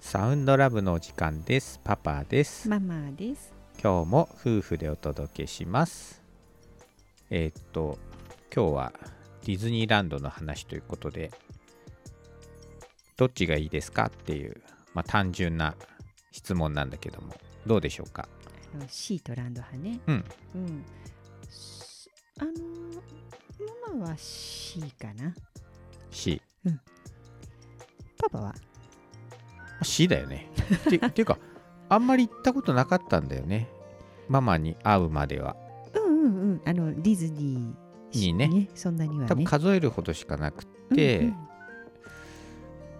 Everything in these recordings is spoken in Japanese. サウンドラブの時間ですパパですママです。今日も夫婦でお届けしますえーっと今日はディズニーランドの話ということでどっちがいいですかっていうまあ単純な質問なんだけどもどうでしょうかあのシートランド派ね。うんうん。すあのーママは C かな。 C パパは C だよね てていうかあんまり行ったことなかったんだよねママに会うまではうんうんうん。あのディズニーにねそんなにはね。多分数えるほどしかなくて、うんうん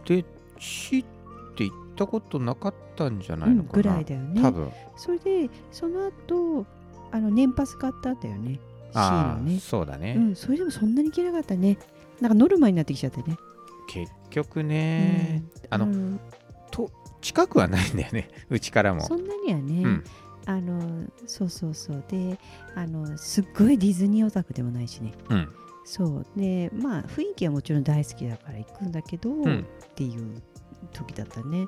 で死って行ったことなかったんじゃないのうんかぐな、らいだよね。多分それでその後あの年パス買ったんだよね。C のああ、ね。そうだね、うん。それでもそんなに行けなかったね。なんかノルマになってきちゃってね。結局ね、あの、うん近くはないんだよね うちからもそんなにはね、うんあのそうそうそうであのすっごいディズニーオタクでもないしねうんそうでまあ雰囲気はもちろん大好きだから行くんだけど、うんっていう時だったね、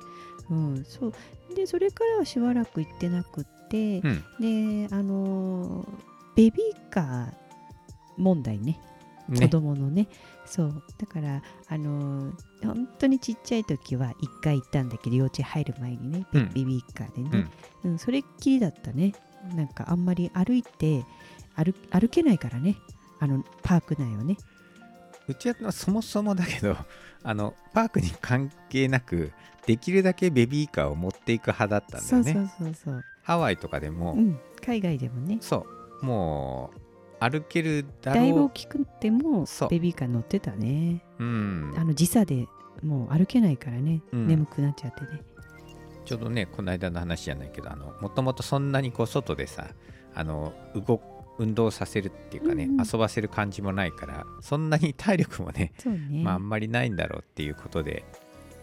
うん、そうでそれからはしばらく行ってなくって、うんであのベビーカー問題ね子ね供のねそうだからあのー本当にちっちゃい時は一回行ったんだけど幼稚園入る前にねベうんベビーカーでね、うんそれっきりだったねなんかあんまり歩いて歩歩けないからねあのパーク内をねうちはそもそもだけど あのパークに関係なくできるだけベビーカーを持っていく派だったんだそようねそうそうそう、ハワイとかでも、うん、海外でもねそうもう歩けるだだいぶ大ろきくてもそうベビーカー乗ってたねう、うん、あの時差でもう歩けないからね、うん眠くなっちゃってねちょうどねこの間の話じゃないけどあのもともとそんなにこう外でさあの動運動させるっていうかね、うんうん遊ばせる感じもないからそんなに体力もね、そうね、まあ、あんまりないんだろうっていうことで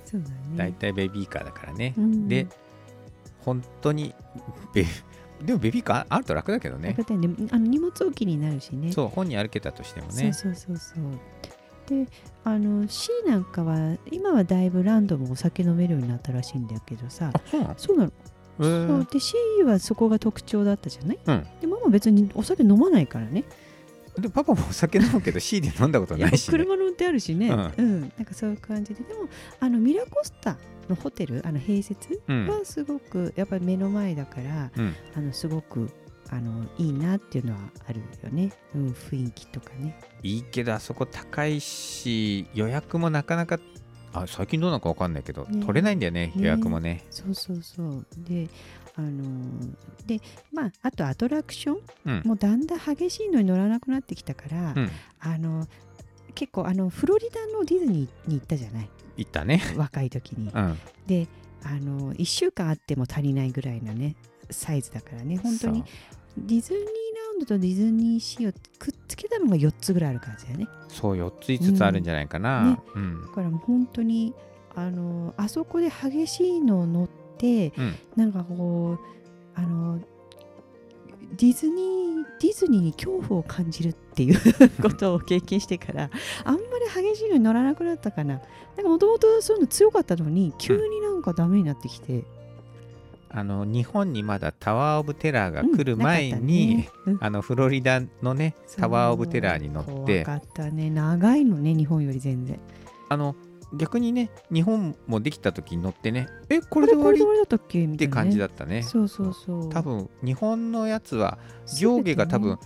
そうだね大体、ベビーカーだからね、うんで本当にベでもベビーカーあると楽だけどねだからねあの荷物置きになるしねそう本に歩けたとしてもそうねそうそうそうであの C なんかは今はだいぶランドもお酒飲めるようになったらしいんだけどさあそうなのそうなえの、ーそうで C はそこが特徴だったじゃない、うんでママ別にお酒飲まないからねでパパもお酒飲むけど C で飲んだこといなやいし、ね、車の運転あるしね、ううんんなんかそういう感じででもあのミラコスタのホテルあの併設うんはすごくやっぱり目の前だから、うんあのすごくあのいいなっていうのはあるよね、うん、雰囲気とかねいいけどあそこ高いし予約もなかなかあ最近どうなのか分かんないけど、ね取れないんだよね予約もねそうそうそうであのーでまああとアトラクション、うんもうだんだん激しいのに乗らなくなってきたから、うんあの結構あのフロリダのディズニーに行ったじゃない行ったね若い時にう。んであの1週間あっても足りないぐらいのねサイズだからね本当にディズニーランドとディズニーシーをくっつけたのが4つぐらいある感じだよね。そうそう4つ5つあるんじゃないかうんなねうんだからもう本当にあのあそこで激しいのを乗って、うんなんかこうあのディズニーディズニーに恐怖を感じるっ ていうことを経験してからあんまり激しいのに乗らなくなったかななんかもともとそういうの強かったのに急になんかダメになってきて、あの日本にまだタワー・オブ・テラーが来る前に、うんなかったねうんあのフロリダのねタワー・オブ・テラーに乗って怖かったね長いのね日本より全然あの逆にね日本もできた時に乗ってねえここれれでこれ終わり終っわりだったっけみたていな、ね、感じだったねそうそうそう多分日本のやつは全てね上下が多分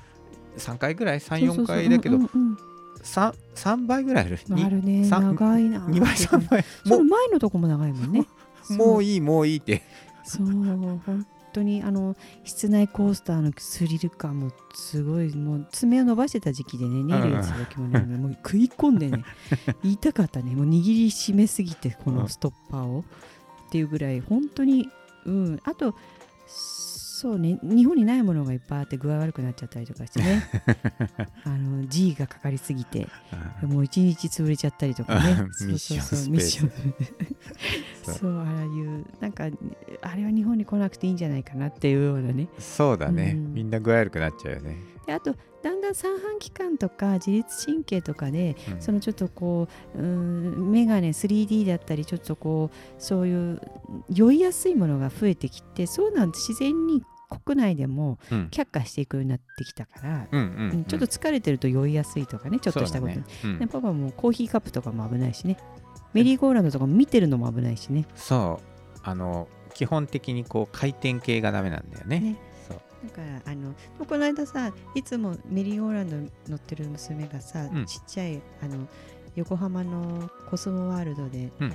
3回ぐらい34回だけどそうそうそううんうんうん三三倍ぐらいあるあにるねさん長いな二倍三倍 そのも前のとこも長いもんねうもういいいもういいってそう本当にあの室内コースターのスリル感もすごいもう爪を伸ばしてた時期でねネイルやってた時もね、もう食い込ん でね言いたかったねもう握りしめすぎてこのストッパーを、っていうぐらい本当にうんあとそうね日本にないものがいっぱいあって具合悪くなっちゃったりとかし てねあの G がかかりすぎてもう一日潰れちゃったりとかね。そうそうそうミッションミッションそうああいうなんかあれは日本に来なくていいんじゃないかなっていうようなね。そうだねうんみんな具合悪くなっちゃうよねであとだんだな三半規管とか自律神経とかでうんそのちょっとこううーんメガネ 3D だったりちょっとこうそういう酔いやすいものが増えてきてそうなん自然に国内でもうん却下していくようになってきたから、うんううんんちょっと疲れてると酔いやすいとかねちょっとしたこと、そうだねうんねパパもコーヒーカップとかも危ないしねメリーゴーランドとかも見てるのも危ないしねそうあの基本的にこう回転系がダメなんだよねねそうだからあのこの間さいつもメリーゴーランドに乗ってる娘がさ、うんちっちゃいあの横浜のコスモワールドで、うん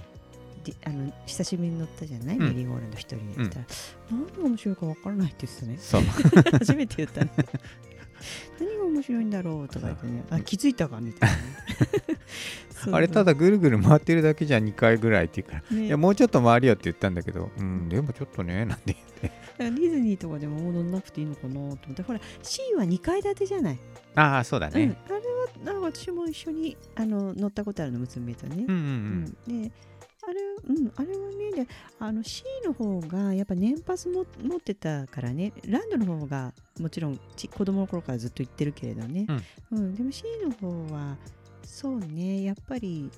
であの久しぶりに乗ったじゃない、うんメリーゴーランド一人でうんそしたら、何が面白いか分からないって言ってたねそう 初めて言ったね何が面白いんだろうとか言ってねあ気づいたかみ たいなねそうあれただぐるぐる回ってるだけじゃ2回ぐらいっていうから、ねいやもうちょっと回りよって言ったんだけど、うん、でもちょっとね、なんで言って。だからディズニーとかでももう乗んなくていいのかなと思ってほらシーンは2階建てじゃない、ああ、そうだうんね。、あれはなんか私も一緒にあの乗ったことあるの娘とねう、んううんであれ,、うん、あれはねであの C の方がやっぱ年パスも持ってたからねランドの方がもちろんち子供の頃からずっと行ってるけれどね、うんでも C の方はそうねやっぱり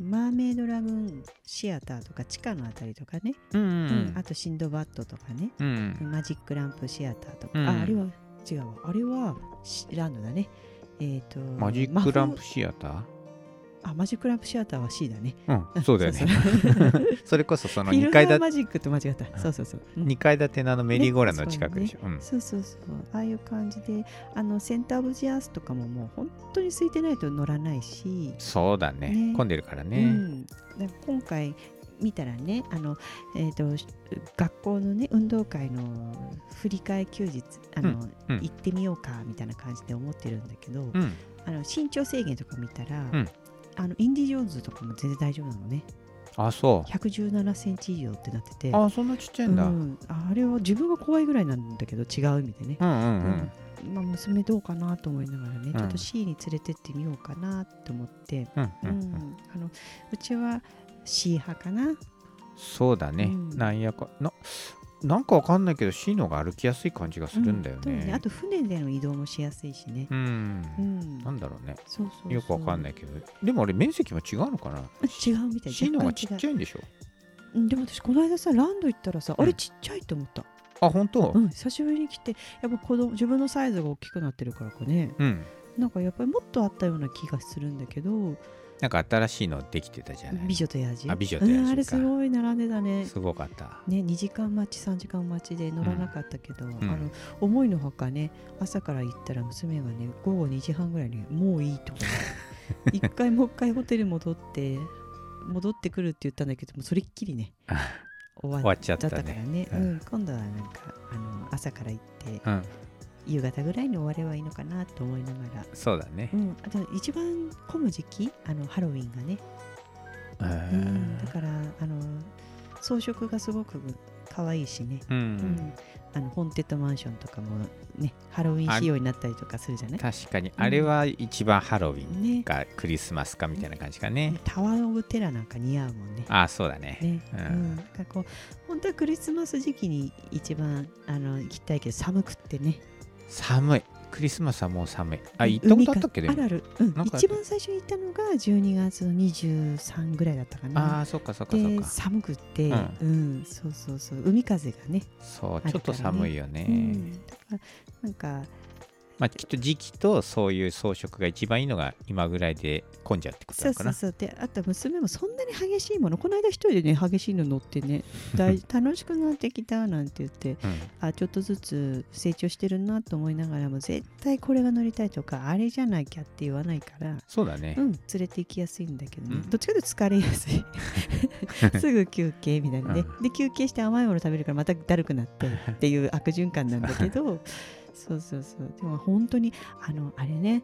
マーメイドラグーンシアターとか地下のあたりとかね、うん。うんううんんあとシンドバッドとかねうん。うんマジックランプシアターとか、うんああれは違うわあれはシランドだねえっ、とマジックランプ魔シアタ法あマジックランプシアターは C だねーうん、そうだよね。 そうそうそれこそそのフ2ィルハ階ーだマジックと間違ったそうそうそう、うん二階建てのあのメリーゴーランドの近くでしょ。うんそうそうそうああいう感じであのセンター・オブ・ジ・アースとかももう本当に空いてないと乗らないし、そうだねね。混んでるからうね。ん、だから今回見たらねあの、えー、とし学校のね運動会の振り替え休日あの、うんうん行ってみようかみたいな感じで思ってるんだけど、うん。あの身長制限とか見たら、うんあのインディ・ジョーンズとかも全然大丈夫なのねあ、そ1 1 7センチ以上ってなっててう。あ、そんなちっちゃいんだ。ううんんあれは自分が怖いぐらいなんだけど違う意味でね、うんうん。まあ、娘どうかなと思いながらね、んちょっと C に連れてってみようかなと思って、うんううんんうん。あのうちは C 派かなそうだね。うんなんやか、な、なんかわかんないけど、C の方が歩きやすい感じがするんだようんねあ。と船での移動もしやすいしね、うん。うんなんだろうね。そうそうそうよくわかんないいけど。でもあれ、面積も違うのかな違うみたい ?C の方がちっ若干ち違ゃいんでしょううんでも私この間さランド行ったらさ、うんあれちっちゃいと思ったあ、本当うん、久しぶりに来てやっぱ子供自分のサイズが大きくなってるからかねうん。なんかやっぱりもっとあったような気がするんだけどなんか新しいのできてたじゃな「美い女と野獣」あ美女と野獣うんかあれすごい並んでたねすごかった。ね2時間待ち3時間待ちで乗らなかったけど、んあの思いのほかね朝から行ったら娘がね午後2時半ぐらいに「もういい」と 一回もう一回ホテル戻って戻ってくるって言ったんだけどもうそれっきりね終 終わっわっちゃっちゃたったからね。ね、ううんん今度はなんかあの朝から行ってうん。夕方ぐらいに終わればいいのかなと思いながら、そうだねう。ん、あと一番混む時期あのハロウィンがね、ううんん、だからあの装飾がすごく可愛いしね、ううんん。あのホーンテッドマンションとかもねハロウィン仕様になったりとかするじゃない確かに、あれは一番ハロウィンねかクリスマスかみたいな感じかね。タワー・オブ・テラーなんか似合うもんね。あ、そうだね。ねうんうん、なんかこう本当はクリスマス時期に一番あの行きたいけど寒くってね寒い。クリスマスはもう寒い。あ、うん行ったことあったっけ海でかもあるある、うんなん、か一番最初に行ったのが12月の23ぐらいだったかなああ、そっかそっかそっでか。寒くて、ううんんそうそうそう海風がね、そう、あるからねちょっと寒いよね。うん、だからなんかまあ、きっと時期とそういう装飾が一番いいのが今ぐらいで混んじゃうってことなそうのかそうな。そうであと娘もそんなに激しいものこの間一人でね激しいの乗ってねだ い楽しくなってきたなんて言ってうんあちょっとずつ成長してるなと思いながらも絶対これが乗りたいとかあれじゃなきゃって言わないから。そうだねう。ん、連れて行きやすいんだけどね、うんどっちかというと疲れや すいすぐ休憩みたいなね、で休憩して甘いもの食べるからまただるくなってっていう悪循環なんだけどそうそうそうでも本当にあのあれね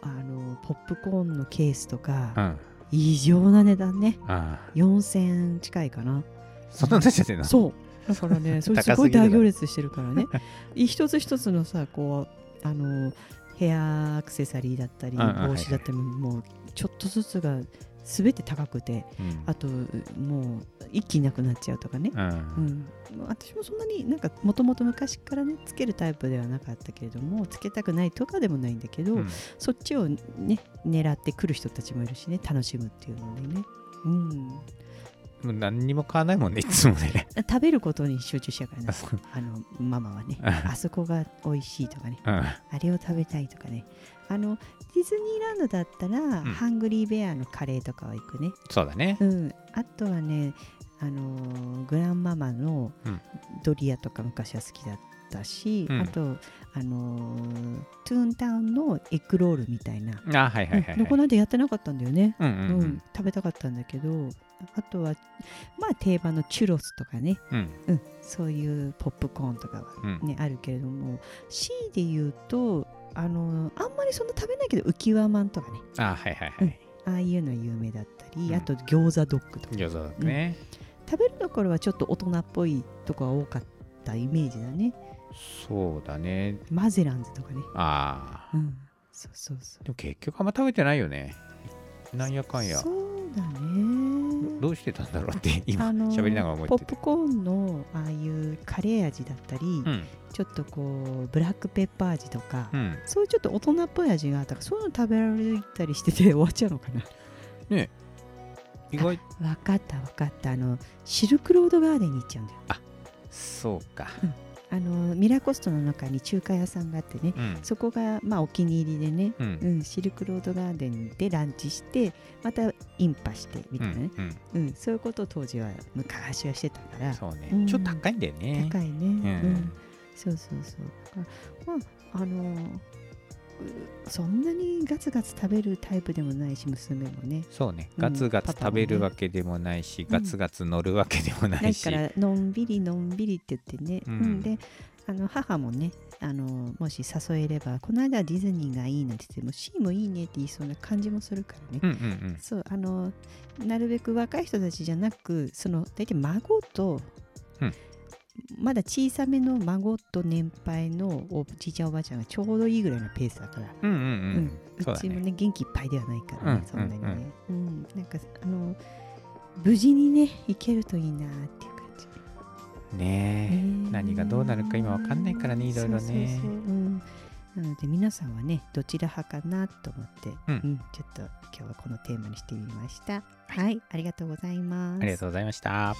あのポップコーンのケースとうか、ん。異常な値段ねああ。 4000近いかなそんな話してんのそうだか らねそれす高ごすいぎるだろ大行列してるか らね一つ一つのさこうあのヘアアクセサリーだったりうんうん帽子だったりももうちょっとずつが全て高くてうんあともう一気になくなっちゃうとかね、ううんん、私もそんなになんかもともと昔からねつけるタイプではなかったけれどもつけたくないとかでもないんだけど、うんそっちをね狙ってくる人たちもいるしね楽しむっていうのでね、うん、もう何にも買わないもんねいつもね食べることに集中しちゃうからあねそうあのママはねあそこが美味しいとかねうんあれを食べたいとかねあのディズニーランドだったら、んハングリーベアのカレーとかは行くねそうだねうん、あとはね、あのーグランママのうんドリアとか昔は好きだったし、うんあと、あのートゥーンタウンのエッグロールみたいな、あはいはいはいうんどこのなんてやってなかったんだよね、うんううんんうん食べたかったんだけどあとはまあ定番のチュロスとかね、うんうん、そういうポップコーンとかはうんね、あるけれども C で言うと、あのーあんまりそんな食べないけど浮き輪マンとかねあはいはいはいああいうのは有名だったり、うんあと餃子ドッグとか。餃子だね食べるところはちょっと大人っぽいとこが多かったイメージだねそうだねマゼランズとかねああうんそうそうそうでも結局あんま食べてないよねなんやかんやそうだどねどうしてたんだろうって今あの喋りながら思ポってップてコーンのああいうカレー味だったり、うんちょっとこうブラックペッパー味とか、うんそういうちょっと大人っぽい味があったからそういうの食べられたりしてて終わっちゃうのかな意外分かった分かったあのシルクロードガーデンに行っちゃうんだよそうかあのミラコストの中に中華屋さんがあってねうんそこがまあお気に入りでねううんん、シルクロードガーデンでランチしてまたインパしてうみたいなね、んうんそういうことを当時は昔はしてたかうらんそうねうんちょっと高いんだよね高いね、ううんんそうそうそうだからまああのーうそんなにガツガツ食べるタイプでもないし娘もねそうねうんガツガツパパも食べるわけでもないしガツガツ乗るわけでもなだいしからのんびりのんびりって言ってね、うんうんであの母もねあのーもし誘えればこの間はディズニーがいいなんて言っても C もいいねって言いそうな感じもするからね、うんうんそうあのなるべく若い人たちじゃなくその大体孫と、うんまだ小さめの孫と年配のおじいちゃんおばあちゃんがちょうどいいぐらいのペースだから、うんうんうんううんそうだちもねね元気いっぱいではないからね、うんそんなにね、うんなんかあの無事にね行けるといいなっていう感じ、ねえ何がどうなるか今わかんないからねいろいろねそうそうそううんなので皆さんはねどちら派かなと思って、うんちょっと今日はこのテーマにしてみました。はい、ありがとうございます。ありがとうございました